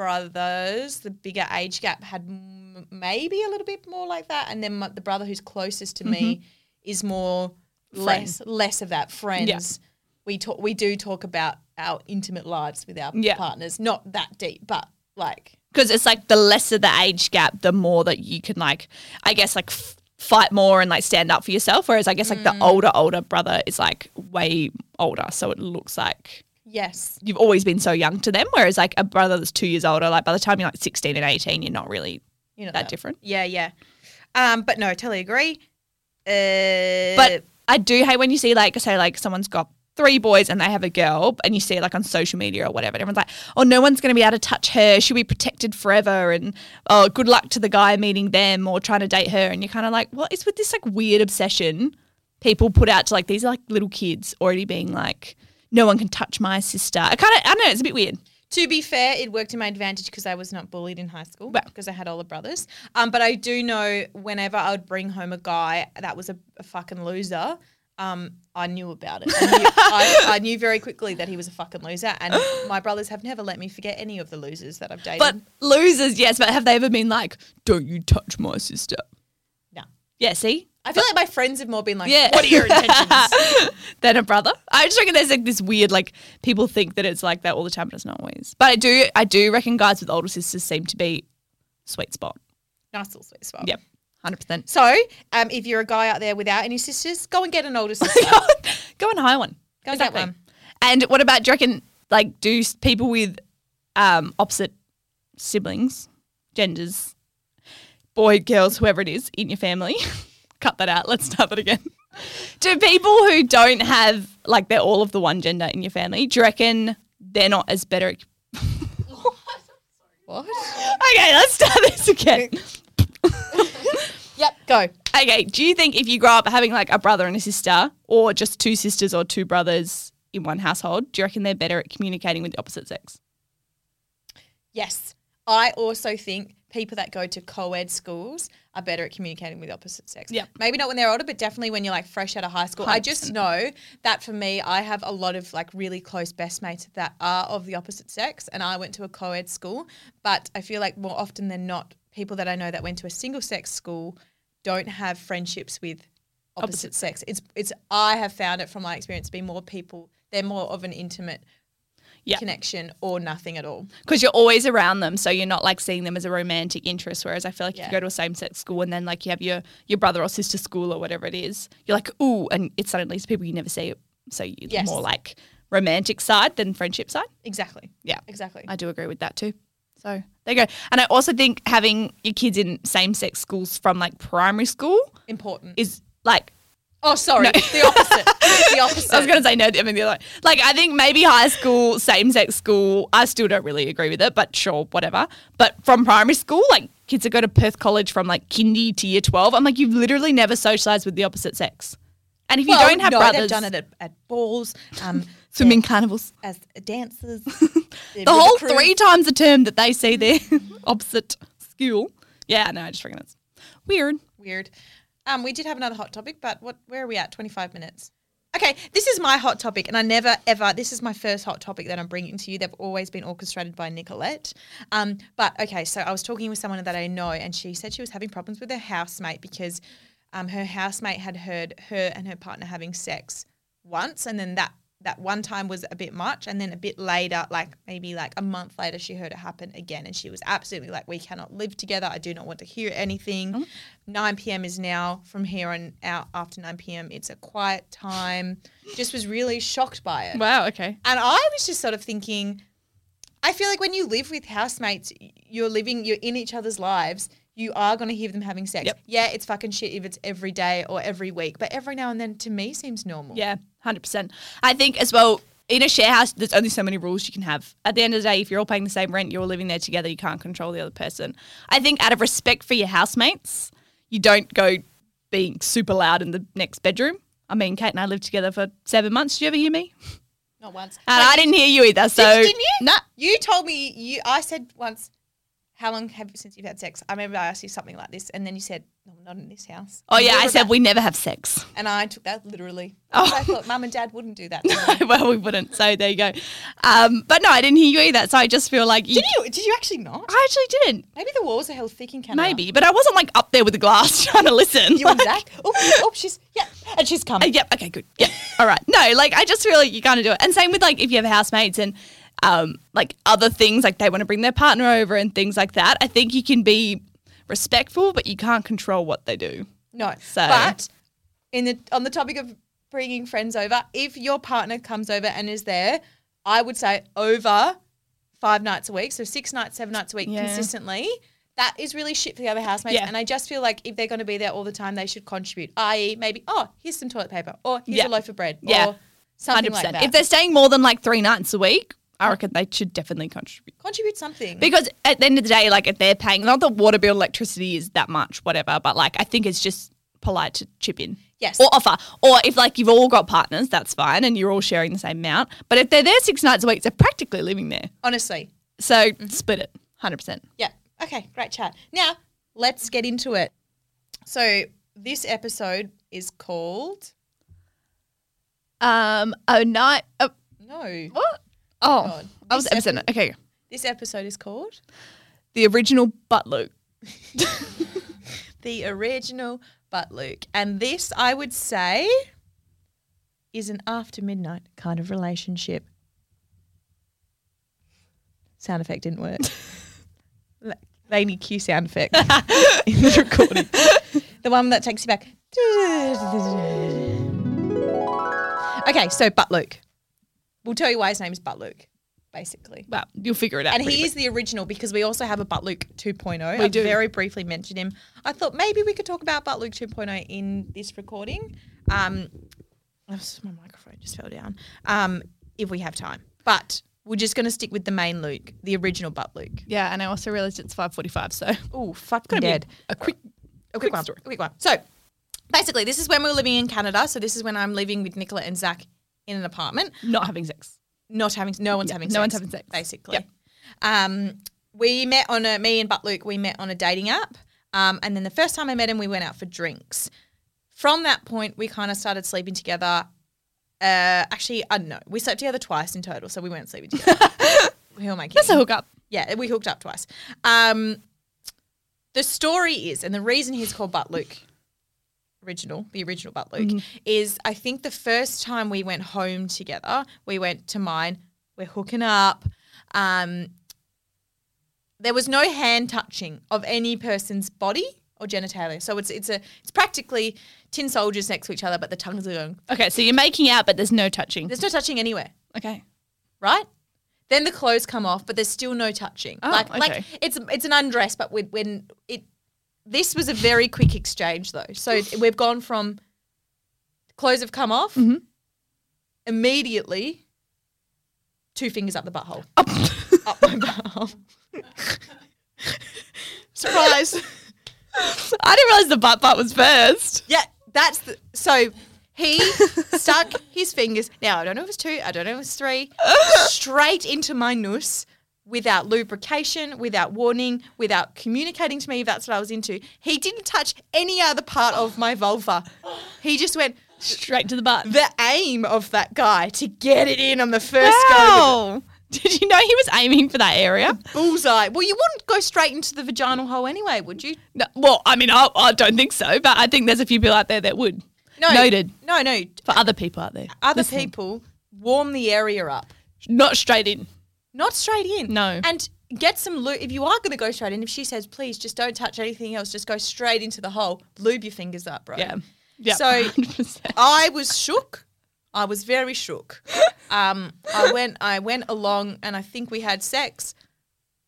Speaker 2: brothers, the bigger age gap had m- maybe a little bit more like that, and then my, the brother who's closest to
Speaker 1: Mm-hmm.
Speaker 2: me is more less less of that friends. We talk we do talk about our intimate lives with our
Speaker 1: Yeah.
Speaker 2: partners, not that deep, but like
Speaker 1: Because it's like the lesser the age gap, the more that you can like, I guess like f- fight more and like stand up for yourself. Whereas I guess like the older, older brother is like way older. So it looks like
Speaker 2: yes,
Speaker 1: you've always been so young to them. Whereas like a brother that's two years older, like by the time you're like 16 and 18, you're not really
Speaker 2: you know
Speaker 1: that different.
Speaker 2: Yeah, yeah. Um, but no, totally agree. Uh,
Speaker 1: But I do hate when you see like say like someone's got three boys and they have a girl and you see it like on social media or whatever and everyone's like oh no one's going to be able to touch her she'll be protected forever and oh good luck to the guy meeting them or trying to date her and you're kind of like well it's with this like weird obsession people put out to like these like little kids already being like no one can touch my sister i kind of i don't know it's a bit weird
Speaker 2: To be fair, it worked to my advantage because I was not bullied in high school
Speaker 1: Right.
Speaker 2: because I had older brothers. Um, but I do know whenever I would bring home a guy that was a, a fucking loser, um, I knew about it. I knew, I, I knew very quickly that he was a fucking loser,
Speaker 1: (gasps)
Speaker 2: and my brothers have never let me forget any of the losers that I've dated.
Speaker 1: but losers yes but have they ever been like don't you touch my sister
Speaker 2: no.
Speaker 1: yeah see
Speaker 2: I feel like my friends have more been like,
Speaker 1: Yeah.
Speaker 2: "What are your intentions?"
Speaker 1: (laughs) than a brother. I just reckon there's like this weird like people think that it's like that all the time, but it's not always. But I do I do reckon guys with older sisters seem to be sweet spot.
Speaker 2: nice little sweet spot.
Speaker 1: Yep, hundred percent.
Speaker 2: So, um, if you're a guy out there without any sisters, go and get an older sister.
Speaker 1: (laughs) Go and hire one.
Speaker 2: Go and get one.
Speaker 1: And what about do you reckon like do s- people with um, opposite siblings, genders, boy, girls, whoever it is in your family? (laughs) Cut that out. Let's start that again. do people who don't have like they're all of the one gender in your family? Do you reckon they're not as better? at-
Speaker 2: what?
Speaker 1: Okay, let's start this again.
Speaker 2: Yep. Go.
Speaker 1: Okay, do you think if you grow up having like a brother and a sister, or just two sisters or two brothers in one household, do you reckon they're better at communicating with the opposite sex?
Speaker 2: Yes. I also think people that go to co ed schools are better at communicating with the opposite sex.
Speaker 1: Yep.
Speaker 2: Maybe not when they're older, but definitely when you're like fresh out of high school. I just know that for me, I have a lot of like really close best mates that are of the opposite sex, and I went to a co ed school, but I feel like more often than not, people that I know that went to a single sex school don't have friendships with opposite, sex. It's it's I have found it from my experience to be more people they're more of an intimate
Speaker 1: Yeah.
Speaker 2: connection or nothing at all.
Speaker 1: Because you're always around them, so you're not like seeing them as a romantic interest. Whereas I feel like if
Speaker 2: Yeah.
Speaker 1: you go to a same sex school and then like you have your your brother or sister school or whatever it is, you're like ooh, and it's suddenly people you never see, so you
Speaker 2: Yes.
Speaker 1: more like romantic side than friendship side.
Speaker 2: Exactly.
Speaker 1: Yeah.
Speaker 2: Exactly.
Speaker 1: I do agree with that too. So there you go. And I also think having your kids in same sex schools from like primary school
Speaker 2: important.
Speaker 1: is like
Speaker 2: oh, sorry, the
Speaker 1: (laughs)
Speaker 2: opposite. the opposite.
Speaker 1: I was going to say no. I mean, the other like I think maybe high school, same sex school. I still don't really agree with it, but sure, whatever. But from primary school, like kids that go to Perth College from like kindy to year twelve, I'm like you've literally never socialized with the opposite sex, and if you
Speaker 2: Well,
Speaker 1: don't have
Speaker 2: no,
Speaker 1: brothers,
Speaker 2: They've done it at, at balls, um,
Speaker 1: (laughs) swimming carnivals,
Speaker 2: as dancers.
Speaker 1: (laughs) the whole three times the term that they see their (laughs) opposite school. Yeah, no, I just reckon it's weird.
Speaker 2: Weird. Um, we did have another hot topic, but what? Where are we at? Twenty five minutes. Okay, this is my hot topic, and I never ever. This is my first hot topic that I'm bringing to you. They've always been orchestrated by Nicolette. Um, but okay, so I was talking with someone that I know, and she said she was having problems with her housemate because um, her housemate had heard her and her partner having sex once, and then that that one time was a bit much and then a bit later like maybe like a month later she heard it happen again and she was absolutely like we cannot live together i do not want to hear anything 9 p.m is now from here on out after 9 p.m it's a quiet time just was really shocked by it
Speaker 1: Wow. Okay.
Speaker 2: and I was just sort of thinking, I feel like when you live with housemates, you're living, you're in each other's lives. You are going to hear them having sex.
Speaker 1: Yep.
Speaker 2: Yeah, it's fucking shit if it's every day or every week, but every now and then to me seems normal.
Speaker 1: Yeah, hundred percent. I think as well in a share house, there's only so many rules you can have. At the end of the day, if you're all paying the same rent, you're all living there together, you can't control the other person. I think out of respect for your housemates, you don't go being super loud in the next bedroom. I mean, Kate and I lived together for seven months. Did you ever hear me?
Speaker 2: Not once.
Speaker 1: And I didn't hear you either. So
Speaker 2: didn't you?
Speaker 1: No.
Speaker 2: You told me you. I said once, "How long have since you've had sex?" I remember I asked you something like this, and then you said, "No, not in this house."
Speaker 1: Oh yeah,
Speaker 2: We
Speaker 1: I
Speaker 2: were
Speaker 1: said
Speaker 2: about-
Speaker 1: we never have sex. (laughs)
Speaker 2: and I took that literally.
Speaker 1: Oh.
Speaker 2: I thought mum and dad wouldn't
Speaker 1: (laughs)
Speaker 2: do that.
Speaker 1: well, we wouldn't. So there you go. Um, but no, I didn't hear you either. So I just feel like you.
Speaker 2: did you? Did you actually not?
Speaker 1: I actually didn't.
Speaker 2: Maybe the walls are held thick in Canada. (laughs)
Speaker 1: Maybe, but I wasn't like up there with the glass (laughs) trying to listen.
Speaker 2: You and Zach. Oh, oh, she's yeah, and she's
Speaker 1: Uh,
Speaker 2: coming.
Speaker 1: yep. Okay. Good. Yep. All right. No, like I just feel like you kind of do it. And same with like if you have housemates and um, like other things, like they want to bring their partner over and things like that. I think you can be respectful, but you can't control what they do.
Speaker 2: No,
Speaker 1: So-
Speaker 2: but in the on the topic of bringing friends over, if your partner comes over and is there, I would say over five nights a week, so six nights, seven nights a week
Speaker 1: Yeah.
Speaker 2: consistently. That is really shit for the other housemates,
Speaker 1: Yeah.
Speaker 2: and I just feel like if they're going to be there all the time, they should contribute. I.e., maybe oh, here's some toilet paper, or here's
Speaker 1: Yeah.
Speaker 2: a loaf of bread,
Speaker 1: Yeah.
Speaker 2: or something like that.
Speaker 1: If they're staying more than like three nights a week, I reckon they should definitely contribute.
Speaker 2: contribute something,
Speaker 1: Because at the end of the day, like if they're paying, not that water bill, electricity is that much, whatever, but like I think it's just polite to chip in.
Speaker 2: Yes.
Speaker 1: Or offer. Or if like you've all got partners, that's fine and you're all sharing the same amount. But if they're there six nights a week, they're practically living there.
Speaker 2: honestly,
Speaker 1: So split it 100%.
Speaker 2: Yeah. Okay, great chat. Now, let's get into it. So, this episode is called
Speaker 1: Um, a night. Uh,
Speaker 2: No.
Speaker 1: what? Oh,
Speaker 2: God.
Speaker 1: I was
Speaker 2: This
Speaker 1: episode. Okay.
Speaker 2: This episode is called
Speaker 1: The original butt loop.
Speaker 2: The Original But Luke. And this, I would say, is an after midnight kind of relationship. Sound effect didn't work. La- They need Q sound effect (laughs) in the recording. the one that takes you back. Okay, so But Luke. We'll tell you why his name is But Luke, basically.
Speaker 1: Well, you'll figure it out.
Speaker 2: And
Speaker 1: pretty
Speaker 2: he is the original because we also have a Butt Luke 2.0.
Speaker 1: We
Speaker 2: I
Speaker 1: do.
Speaker 2: very briefly mentioned him. I thought maybe we could talk about Butt Luke 2.0 in this recording. Um, oh, s- my microphone just fell down. Um, if we have time, but we're just going to stick with the main Luke, the original Butt Luke.
Speaker 1: quick. Yeah, and I also realized it's 5:45, so
Speaker 2: Oh, fuck
Speaker 1: gotta be
Speaker 2: dead.
Speaker 1: a quick
Speaker 2: A quick
Speaker 1: quick
Speaker 2: one.
Speaker 1: story.
Speaker 2: A quick one. So basically, this is when we were living in Canada. So this is when I'm living with Nicola and Zach in an apartment.
Speaker 1: not having sex.
Speaker 2: not having no one's
Speaker 1: Yeah,
Speaker 2: having
Speaker 1: no
Speaker 2: sex,
Speaker 1: one's having sex.
Speaker 2: basically.
Speaker 1: Yep.
Speaker 2: Um, we met on a me and Butt Luke. We met on a dating app, um, and then the first time I met him, we went out for drinks. From that point, we kind of started sleeping together. Uh, actually, I don't know. We slept together twice in total, so we weren't
Speaker 1: (laughs)
Speaker 2: sleeping together. Who am I kidding?
Speaker 1: That's a hookup.
Speaker 2: Yeah, we hooked up twice. Um, the story is, and the reason he's called Butt Luke, original, the original Butt Luke, is I think the first time we went home together, we went to mine, we're hooking up. Um, there was no hand touching of any person's body or genitalia. So it's it's a it's practically tin soldiers next to each other, but the tongues are going.
Speaker 1: Okay, so you're making out, but there's no touching.
Speaker 2: There's no touching anywhere
Speaker 1: Okay.
Speaker 2: right? Then the clothes come off, but there's still no touching.
Speaker 1: Oh,
Speaker 2: like,
Speaker 1: okay.
Speaker 2: like it's it's an undress, but when, when it this was a very quick exchange though. So we've gone from clothes have come off immediately, two fingers up the butthole, up my butthole. (laughs) Surprise!
Speaker 1: I didn't realize the butt part was first.
Speaker 2: Yeah, that's the, so
Speaker 1: (laughs)
Speaker 2: he stuck his fingers. Now I don't know if it's two, I don't know if
Speaker 1: (laughs)
Speaker 2: it's three, straight into my noose without lubrication, without warning, without communicating to me if that's what I was into. He didn't touch any other part of my vulva. He just went
Speaker 1: Straight to the butt.
Speaker 2: the aim of that guy to get it in on the first go.
Speaker 1: Wow. (laughs) Did you know he was aiming for that area?
Speaker 2: Bullseye. Well, you wouldn't go straight into the vaginal hole anyway, would you?
Speaker 1: No, well, I mean, I, I don't think so, but I think there's a few people out there that would. Noted.
Speaker 2: No, no.
Speaker 1: For other people out there.
Speaker 2: Other
Speaker 1: listening.
Speaker 2: people warm the area up.
Speaker 1: Not straight in.
Speaker 2: Not straight in.
Speaker 1: No.
Speaker 2: And get some lube. If you are going to go straight in, if she says, please just don't touch anything else, just go straight into the hole, lube your fingers up, bro.
Speaker 1: Yeah. Yeah. (laughs)
Speaker 2: So-
Speaker 1: 100%.
Speaker 2: I was shook. I was
Speaker 1: (laughs)
Speaker 2: very shook. Um, I went, I went along, and I think we had sex.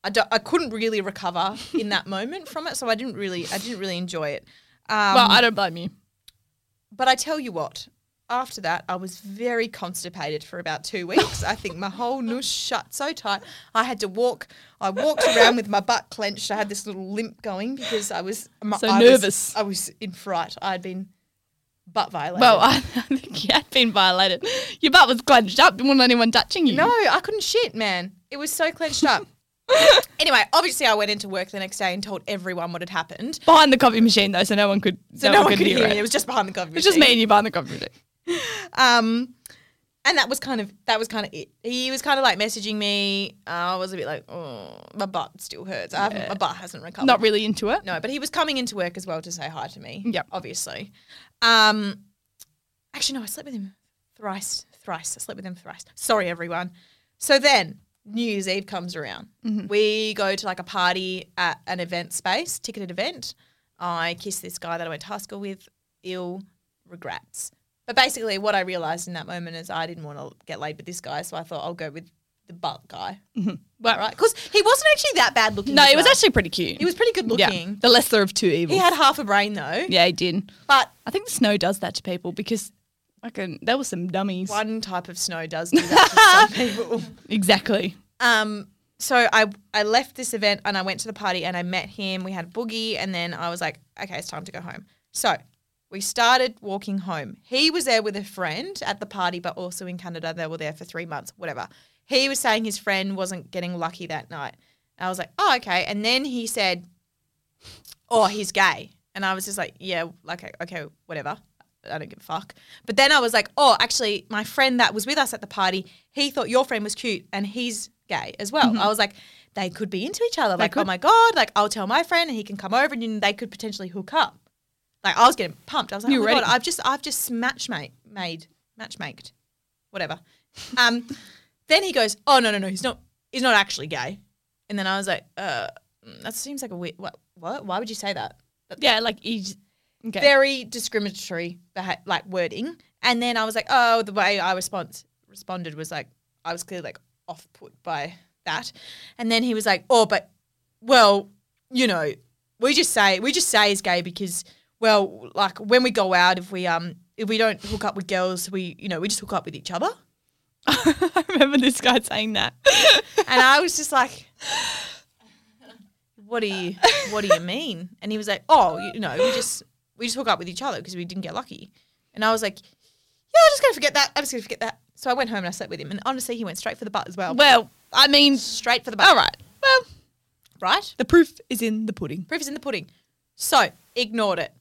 Speaker 2: I, don't- I couldn't really recover in that moment from it, so I didn't really, I didn't really enjoy it. Um,
Speaker 1: well, I don't blame you.
Speaker 2: but I tell you what, after that, I was very constipated for about two weeks. I think my whole noose shut so tight. I had to walk. I walked around with my butt clenched. I had this little limp going because I was my,
Speaker 1: So
Speaker 2: I
Speaker 1: nervous.
Speaker 2: Was, I was in fright. I had been butt violated.
Speaker 1: Well, (laughs) I, I think you had been violated. Your butt was clenched up. Didn't want anyone touching you.
Speaker 2: No, I couldn't shit, man. It was so clenched (laughs) up. anyway, obviously, I went into work the next day and told everyone what had happened.
Speaker 1: Behind the coffee machine, though, so no one could,
Speaker 2: So no, one could hear me. It was just behind the coffee
Speaker 1: It's just
Speaker 2: machine.
Speaker 1: me and you behind the coffee machine.
Speaker 2: Um, and that was kind of that was kind of it. He was kind of like messaging me. Uh, I was a bit like, oh, my butt still hurts. I haven't, my butt hasn't recovered.
Speaker 1: Not really into it.
Speaker 2: No, but he was coming into work as well to say hi to me.
Speaker 1: Yep.
Speaker 2: obviously. Um, actually, no, I slept with him thrice. Thrice, I slept with him thrice. Sorry, everyone. So then New Year's Eve comes around.
Speaker 1: Mm-hmm.
Speaker 2: We go to like a party at an event space, ticketed event. I kiss this guy that I went to high school with. Ill regrets. But basically, what I realized in that moment is I didn't want to get laid with this guy, so I thought I'll go with the butt guy,
Speaker 1: But,
Speaker 2: right? Because he wasn't actually that bad looking.
Speaker 1: Mm-hmm. No,
Speaker 2: as
Speaker 1: it was
Speaker 2: well.
Speaker 1: actually pretty cute.
Speaker 2: he was pretty good looking.
Speaker 1: Yeah. The lesser of two evils.
Speaker 2: He had half a brain though,
Speaker 1: yeah, he did.
Speaker 2: but
Speaker 1: I think the snow does that to people because fucking there were some dummies.
Speaker 2: one type of snow does do that to some people.
Speaker 1: Exactly.
Speaker 2: Um, so I I left this event and I went to the party and I met him. We had a boogie and then I was like, okay, it's time to go home. So we started walking home. He was there with a friend at the party, but also in Canada. They were there for three months, whatever. He was saying his friend wasn't getting lucky that night. And I was like, oh, okay. And then he said, oh, he's gay. And I was just like, yeah, like, okay, whatever. I don't give a fuck. But then I was like, oh, actually, my friend that was with us at the party, he thought your friend was cute and he's gay as well. I was like, they could be into each other. Like, oh
Speaker 1: could.
Speaker 2: my God, like, I'll tell my friend and he can come over and you- they could potentially hook up. Like, I was getting pumped. I was like,
Speaker 1: You
Speaker 2: oh
Speaker 1: were
Speaker 2: my God,
Speaker 1: ready.
Speaker 2: I've just, I've just matchmade, made, matchmaked, whatever. (laughs) Um, then he goes, "Oh no, no, no, he's not. He's not actually gay." And then I was like, "Uh, mm, that seems like a weird. What? What? Why would you say that? That's
Speaker 1: Yeah, like each. Okay.
Speaker 2: Very discriminatory, beha- like wording." And then I was like, "Oh, the way I response responded was like I was clearly like off put by that." And then he was like, "Oh, but well, you know, we just say we just say he's gay because well, like when we go out, if we um if we don't hook up with girls, we you know we just hook up with each other."
Speaker 1: (laughs) I remember this guy saying that.
Speaker 2: And I was just like, "What do you What do you mean?" And he was like, "Oh, you know, we just we just hook up with each other because we didn't get lucky." And I was like, "Yeah, I'm just gonna forget that. I'm just gonna forget that." So I went home and I slept with him. And honestly, he went straight for the butt as well.
Speaker 1: (laughs) well, I mean,
Speaker 2: Straight for the butt.
Speaker 1: all right. Well,
Speaker 2: Right?
Speaker 1: the proof is in the pudding.
Speaker 2: Proof is in the pudding. So ignored it.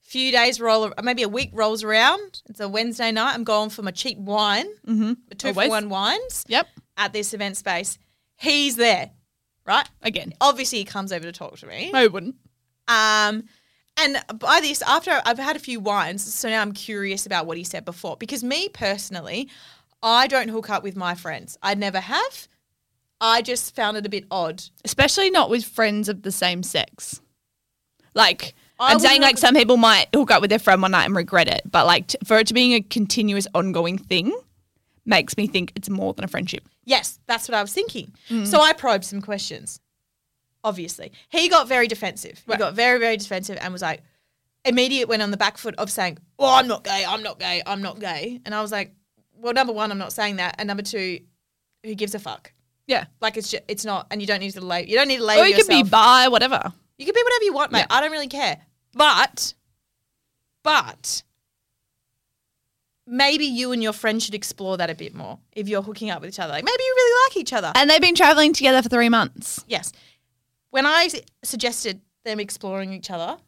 Speaker 2: Few days roll, maybe a week rolls around. It's a Wednesday night. I'm going for my cheap wine, mm-hmm. my two
Speaker 1: Always.
Speaker 2: for one wines
Speaker 1: Yep.
Speaker 2: at this event space. He's there, right?
Speaker 1: Again.
Speaker 2: obviously he comes over to talk to me.
Speaker 1: No, it wouldn't.
Speaker 2: Um, and by this, after I've had a few wines, so now I'm curious about what he said before. Because me personally, I don't hook up with my friends. I never have. I just found it a bit odd.
Speaker 1: Especially not with friends of the same sex. Like,
Speaker 2: I
Speaker 1: I'm saying
Speaker 2: wouldn't
Speaker 1: like
Speaker 2: hook-
Speaker 1: some people might hook up with their friend one night and regret it, but like t- for it to being a continuous ongoing thing makes me think it's more than a friendship.
Speaker 2: Yes, that's what I was thinking. So I probed some questions. Obviously, he got very defensive. He
Speaker 1: Right.
Speaker 2: got very, very defensive and was like, immediate went on the back foot of saying, "Oh, I'm not gay. I'm not gay. I'm not gay." And I was like, "Well, number one, I'm not saying that, and number two, who gives a fuck?"
Speaker 1: Yeah.
Speaker 2: Like it's just, it's not, and you don't need to label. You don't need to label
Speaker 1: Or you could be
Speaker 2: yourself.
Speaker 1: bi, whatever.
Speaker 2: you can be whatever you want, mate. I don't really care. But, but maybe you and your friend should explore that a bit more if you're hooking up with each other. Like maybe you really like each other.
Speaker 1: And they've been traveling together for three months.
Speaker 2: yes. When I s- suggested them exploring each other,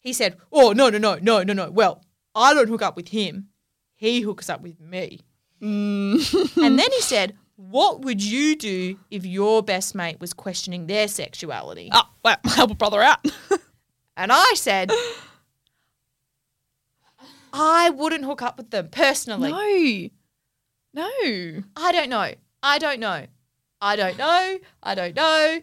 Speaker 2: he said, "Oh no, no, no, no, no, no. Well, I don't hook up with him. He hooks up with me."
Speaker 1: Mm.
Speaker 2: and then he said, "What would you do if your best mate was questioning their sexuality?"
Speaker 1: Oh, well, (laughs) help a brother out.
Speaker 2: And I said, I wouldn't hook up with them personally.
Speaker 1: no. No.
Speaker 2: I don't know. I don't know. I don't know. I don't know.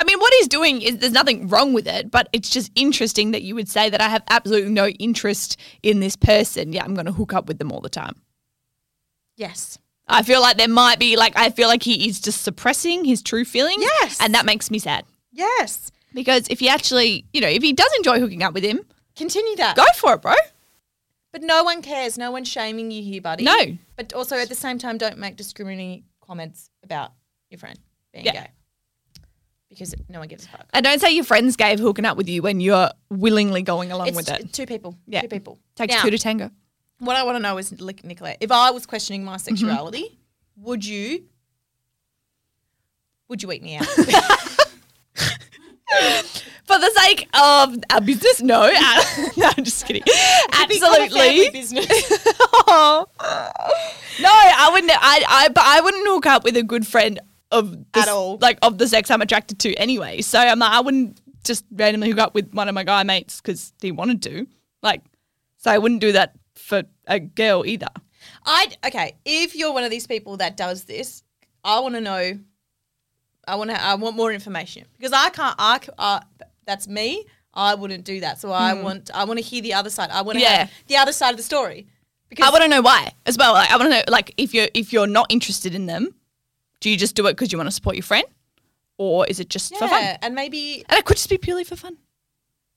Speaker 1: I mean, what he's doing is there's nothing wrong with it, but it's just interesting that you would say that I have absolutely no interest in this person. Yeah, I'm going to hook up with them all the time.
Speaker 2: Yes.
Speaker 1: I feel like there might be, like, I feel like he is just suppressing his true feelings.
Speaker 2: Yes.
Speaker 1: And that makes me sad.
Speaker 2: Yes.
Speaker 1: Because if he actually, you know, if he does enjoy hooking up with him,
Speaker 2: Continue that.
Speaker 1: go for it, bro.
Speaker 2: But no one cares. No one's shaming you here, buddy.
Speaker 1: No.
Speaker 2: But also at the same time, don't make discriminating comments about your friend being
Speaker 1: Yeah.
Speaker 2: gay. Because no one gives a fuck.
Speaker 1: And don't say your friends gave hooking up with you when you're willingly going along
Speaker 2: It's
Speaker 1: with it.
Speaker 2: t- two people.
Speaker 1: Yeah.
Speaker 2: Two people.
Speaker 1: Takes
Speaker 2: Now,
Speaker 1: two to tango.
Speaker 2: What I want to know is, Nic- Nicolette, if I was questioning my
Speaker 1: Mm-hmm.
Speaker 2: sexuality, would you? Would you
Speaker 1: (laughs)
Speaker 2: eat me out?
Speaker 1: For the sake of our business, no. (laughs) Uh, no, I'm just
Speaker 2: (laughs)
Speaker 1: kidding.
Speaker 2: Become a family
Speaker 1: Absolutely.
Speaker 2: business. (laughs)
Speaker 1: no, I wouldn't. I, I, but I wouldn't hook up with a good friend of the,
Speaker 2: At all.
Speaker 1: like of the sex I'm attracted to anyway. So I'm like, I wouldn't just randomly hook up with one of my guy mates because he wanted to. Like, so I wouldn't do that for a girl either.
Speaker 2: I okay. If you're one of these people that does this, I want to know. I want to. I want more information because I can't. I c- uh, that's me. I wouldn't do that. So I want. I want to hear the other side. I want to
Speaker 1: Mm. Yeah.
Speaker 2: have the other side of the story. Because
Speaker 1: I want to know why as well. Like, I want to know, like, if you're if you're not interested in them, do you just do it because you want to support your friend, or is it just
Speaker 2: yeah,
Speaker 1: for fun?
Speaker 2: and maybe
Speaker 1: And it could just be purely for fun,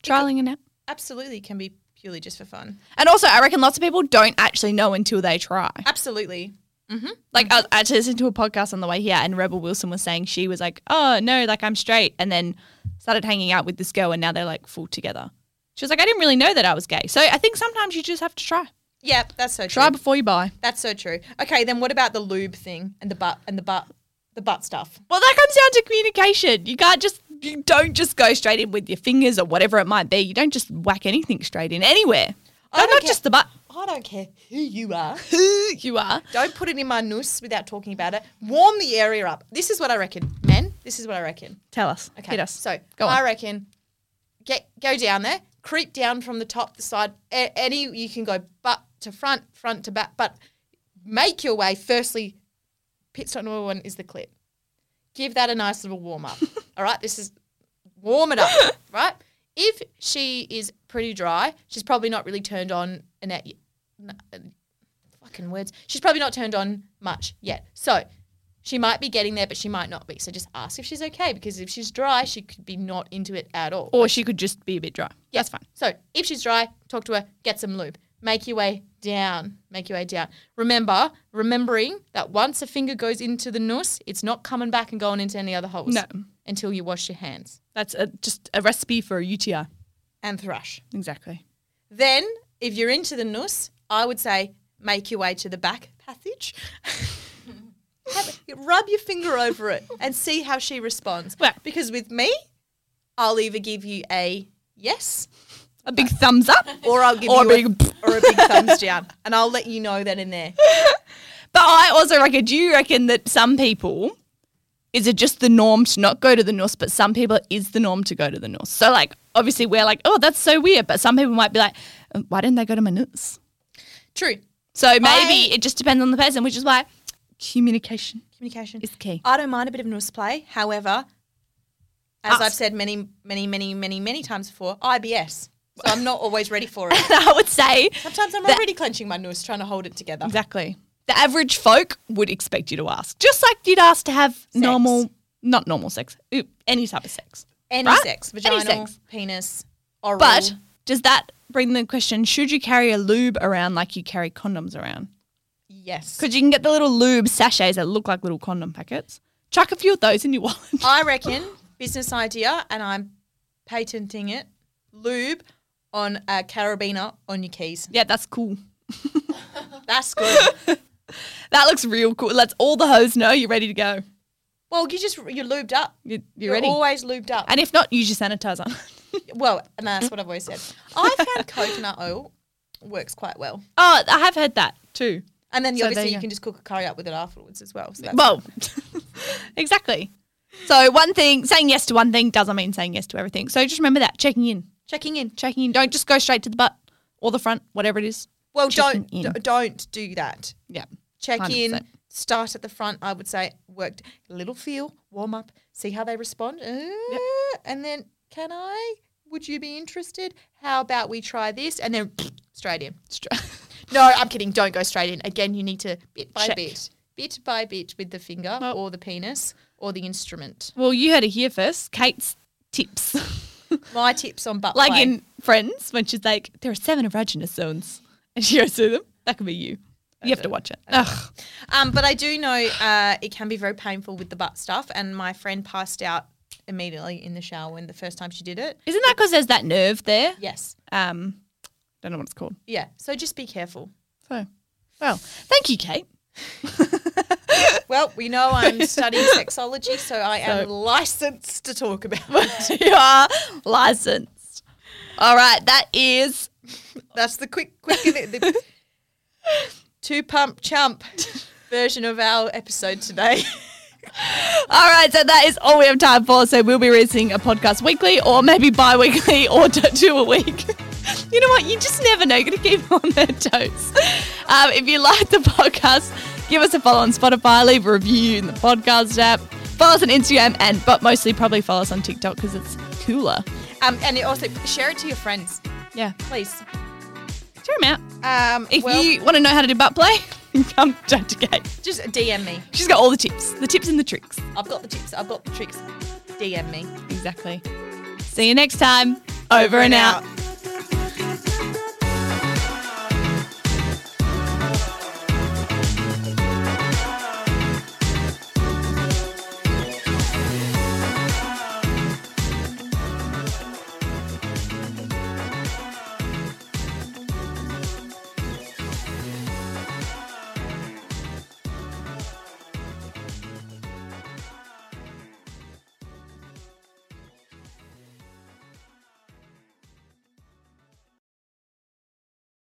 Speaker 1: trialing an app.
Speaker 2: absolutely can be purely just for fun.
Speaker 1: And also, I reckon lots of people don't actually know until they try.
Speaker 2: Absolutely.
Speaker 1: Like, I, I actually listened to a podcast on the way here, and Rebel Wilson was saying she was like, "Oh no, like I'm straight," and then started hanging out with this girl, and now they're like full together. She was like, "I didn't really know that I was gay." So I think sometimes you just have to try.
Speaker 2: Yeah, that's so true.
Speaker 1: Try before you buy.
Speaker 2: That's so true. Okay, then what about the lube thing and the butt and the butt the butt stuff?
Speaker 1: Well, that comes down to communication. You can't just, you don't just go straight in with your fingers or whatever it might be. You don't just whack anything straight in anywhere.
Speaker 2: I
Speaker 1: Not
Speaker 2: don't care.
Speaker 1: just the butt.
Speaker 2: I don't care who you are. (laughs)
Speaker 1: Who you are.
Speaker 2: Don't put it in my noose without talking about it. Warm the area up. This is what I reckon, men. This is what I reckon.
Speaker 1: Tell us.
Speaker 2: Okay.
Speaker 1: Hit us.
Speaker 2: So
Speaker 1: go
Speaker 2: I
Speaker 1: on.
Speaker 2: reckon, get go down there, creep down from the top, the side, a- any you can go butt to front, front to back, but make your way. Firstly, pit stop number one is the clip. Give that a nice little warm up. (laughs) all right, this is warm it up, right? If she is pretty dry, she's probably not really turned on and at n- fucking words. She's probably not turned on much yet. So she might be getting there, but she might not be. So just ask if she's okay because if she's dry, she could be not into it at all.
Speaker 1: Or she could just be a bit dry.
Speaker 2: Yeah.
Speaker 1: That's fine.
Speaker 2: So if she's dry, talk to her, get some lube. Make your way down. Make your way down. Remember, remembering that once a finger goes into the noose, it's not coming back and going into any other holes.
Speaker 1: No.
Speaker 2: Until you wash your hands
Speaker 1: That's a, just a recipe for a UTI.
Speaker 2: and thrush.
Speaker 1: Exactly.
Speaker 2: Then, if you're into the noose, I would say make your way to the back (laughs) passage. Have- rub your finger over it and see how she responds.
Speaker 1: Well-
Speaker 2: because with me, I'll either give you a yes
Speaker 1: A big thumbs up.
Speaker 2: or I'll give
Speaker 1: Or
Speaker 2: you
Speaker 1: a big.
Speaker 2: a, or a big (laughs) thumbs down, and I'll let you know that in there.
Speaker 1: But I also reckon, do you reckon that some people, is it just the norm to not go to the Norse, but some people it is the norm to go to the Norse? So, like, obviously we're like, oh, that's so weird. But some people might be like, "Uh, why didn't they go to my Norse?
Speaker 2: True
Speaker 1: So maybe
Speaker 2: I-
Speaker 1: it just depends on the person, which is why communication
Speaker 2: communication.
Speaker 1: is key.
Speaker 2: I don't mind a bit of noose play. However, as
Speaker 1: Us.
Speaker 2: I've said many, many, many, many, many times before, IBS. So I'm not always ready for it.
Speaker 1: (laughs) I would say
Speaker 2: (laughs) Sometimes I'm already clenching my noose, trying to hold it together.
Speaker 1: exactly the average folk would expect you to ask, just like you'd ask to have normal, not normal sex, oop, any type of sex.
Speaker 2: Any
Speaker 1: Right?
Speaker 2: sex,
Speaker 1: Any
Speaker 2: vaginal,
Speaker 1: sex.
Speaker 2: penis, oral.
Speaker 1: But does that bring the question? Should you carry a lube around like you carry condoms around?
Speaker 2: yes,
Speaker 1: Because you can get the little lube sachets that look like little condom packets. Chuck a few of those in your (laughs) wallet.
Speaker 2: I reckon business idea, and I'm patenting it. Lube on a carabiner on your keys.
Speaker 1: yeah, that's cool.
Speaker 2: That's (laughs) good.
Speaker 1: That looks real cool. Let's all the hoes know you're ready to go.
Speaker 2: well, you just you're lubed up.
Speaker 1: You, you're
Speaker 2: You're
Speaker 1: ready.
Speaker 2: always lubed up.
Speaker 1: and Mm-hmm. if not, use your sanitizer. (laughs)
Speaker 2: well, and that's what I've always said. I found coconut oil works quite well.
Speaker 1: oh, I have heard that too.
Speaker 2: And then
Speaker 1: So there
Speaker 2: obviously
Speaker 1: you
Speaker 2: you,
Speaker 1: go.
Speaker 2: can just cook a curry up with it afterwards as well. So that's
Speaker 1: Well, (laughs) exactly. So one thing, saying yes to one thing doesn't mean saying yes to everything. So just remember that checking in,
Speaker 2: checking in.
Speaker 1: checking in. Don't just go straight to the butt or the front, whatever it is.
Speaker 2: Well,
Speaker 1: Checking
Speaker 2: don't
Speaker 1: Mm-hmm. in.
Speaker 2: d- don't do that.
Speaker 1: Yeah.
Speaker 2: check in,
Speaker 1: 100%.
Speaker 2: start at the front. I would say worked a little feel, warm up, see how they respond, Uh, and then can I? Would you be interested? How about we try this? And then (sniffs) straight in.
Speaker 1: Stra- (laughs)
Speaker 2: No, I'm kidding. Don't go straight in. Again, you need to bit by
Speaker 1: Check.
Speaker 2: bit, bit by bit with the finger
Speaker 1: Well-
Speaker 2: or the penis or the instrument.
Speaker 1: well, you heard it here first. Kate's tips. (laughs)
Speaker 2: My tips on butt
Speaker 1: like
Speaker 2: play.
Speaker 1: in Friends, when she's like, there are seven erogenous zones, (laughs) and she goes through them. That could be you. You have to watch it. Ugh.
Speaker 2: Um, but I do know uh, it can be very painful with the butt stuff, and my friend passed out immediately in the shower when the first time she did it.
Speaker 1: Isn't that because there's that nerve there?
Speaker 2: Yes,
Speaker 1: Um, don't know what it's called.
Speaker 2: yeah. So just be careful.
Speaker 1: So, well, thank you, Kate.
Speaker 2: Well, we know
Speaker 1: (laughs)
Speaker 2: I'm studying sexology, so I am licensed to talk about.
Speaker 1: (laughs)
Speaker 2: it.
Speaker 1: you are licensed. All right, that is
Speaker 2: That's the quick, quick, the, the two
Speaker 1: (laughs)
Speaker 2: pump chump version of our episode today.
Speaker 1: all right. So that is all we have time for. So we'll be releasing a podcast weekly, or maybe bi-weekly, (laughs) or t- two a week. (laughs) You know what? You just never know. You're gonna keep (laughs) on their toes. Um, if you like the podcast, give us a follow on Spotify, leave a review in the podcast app, follow us on Instagram, and but mostly probably follow us on TikTok because it's cooler.
Speaker 2: Um, and it also share it to your friends,
Speaker 1: Yeah,
Speaker 2: please.
Speaker 1: check them out.
Speaker 2: Um,
Speaker 1: If
Speaker 2: well,
Speaker 1: you want to know how to do butt play, (laughs) come chat to Kate.
Speaker 2: just DM me.
Speaker 1: She's got all the tips, the tips and the tricks.
Speaker 2: I've got the tips. I've got the tricks. DM me.
Speaker 1: Exactly. See you next time. Over, and out.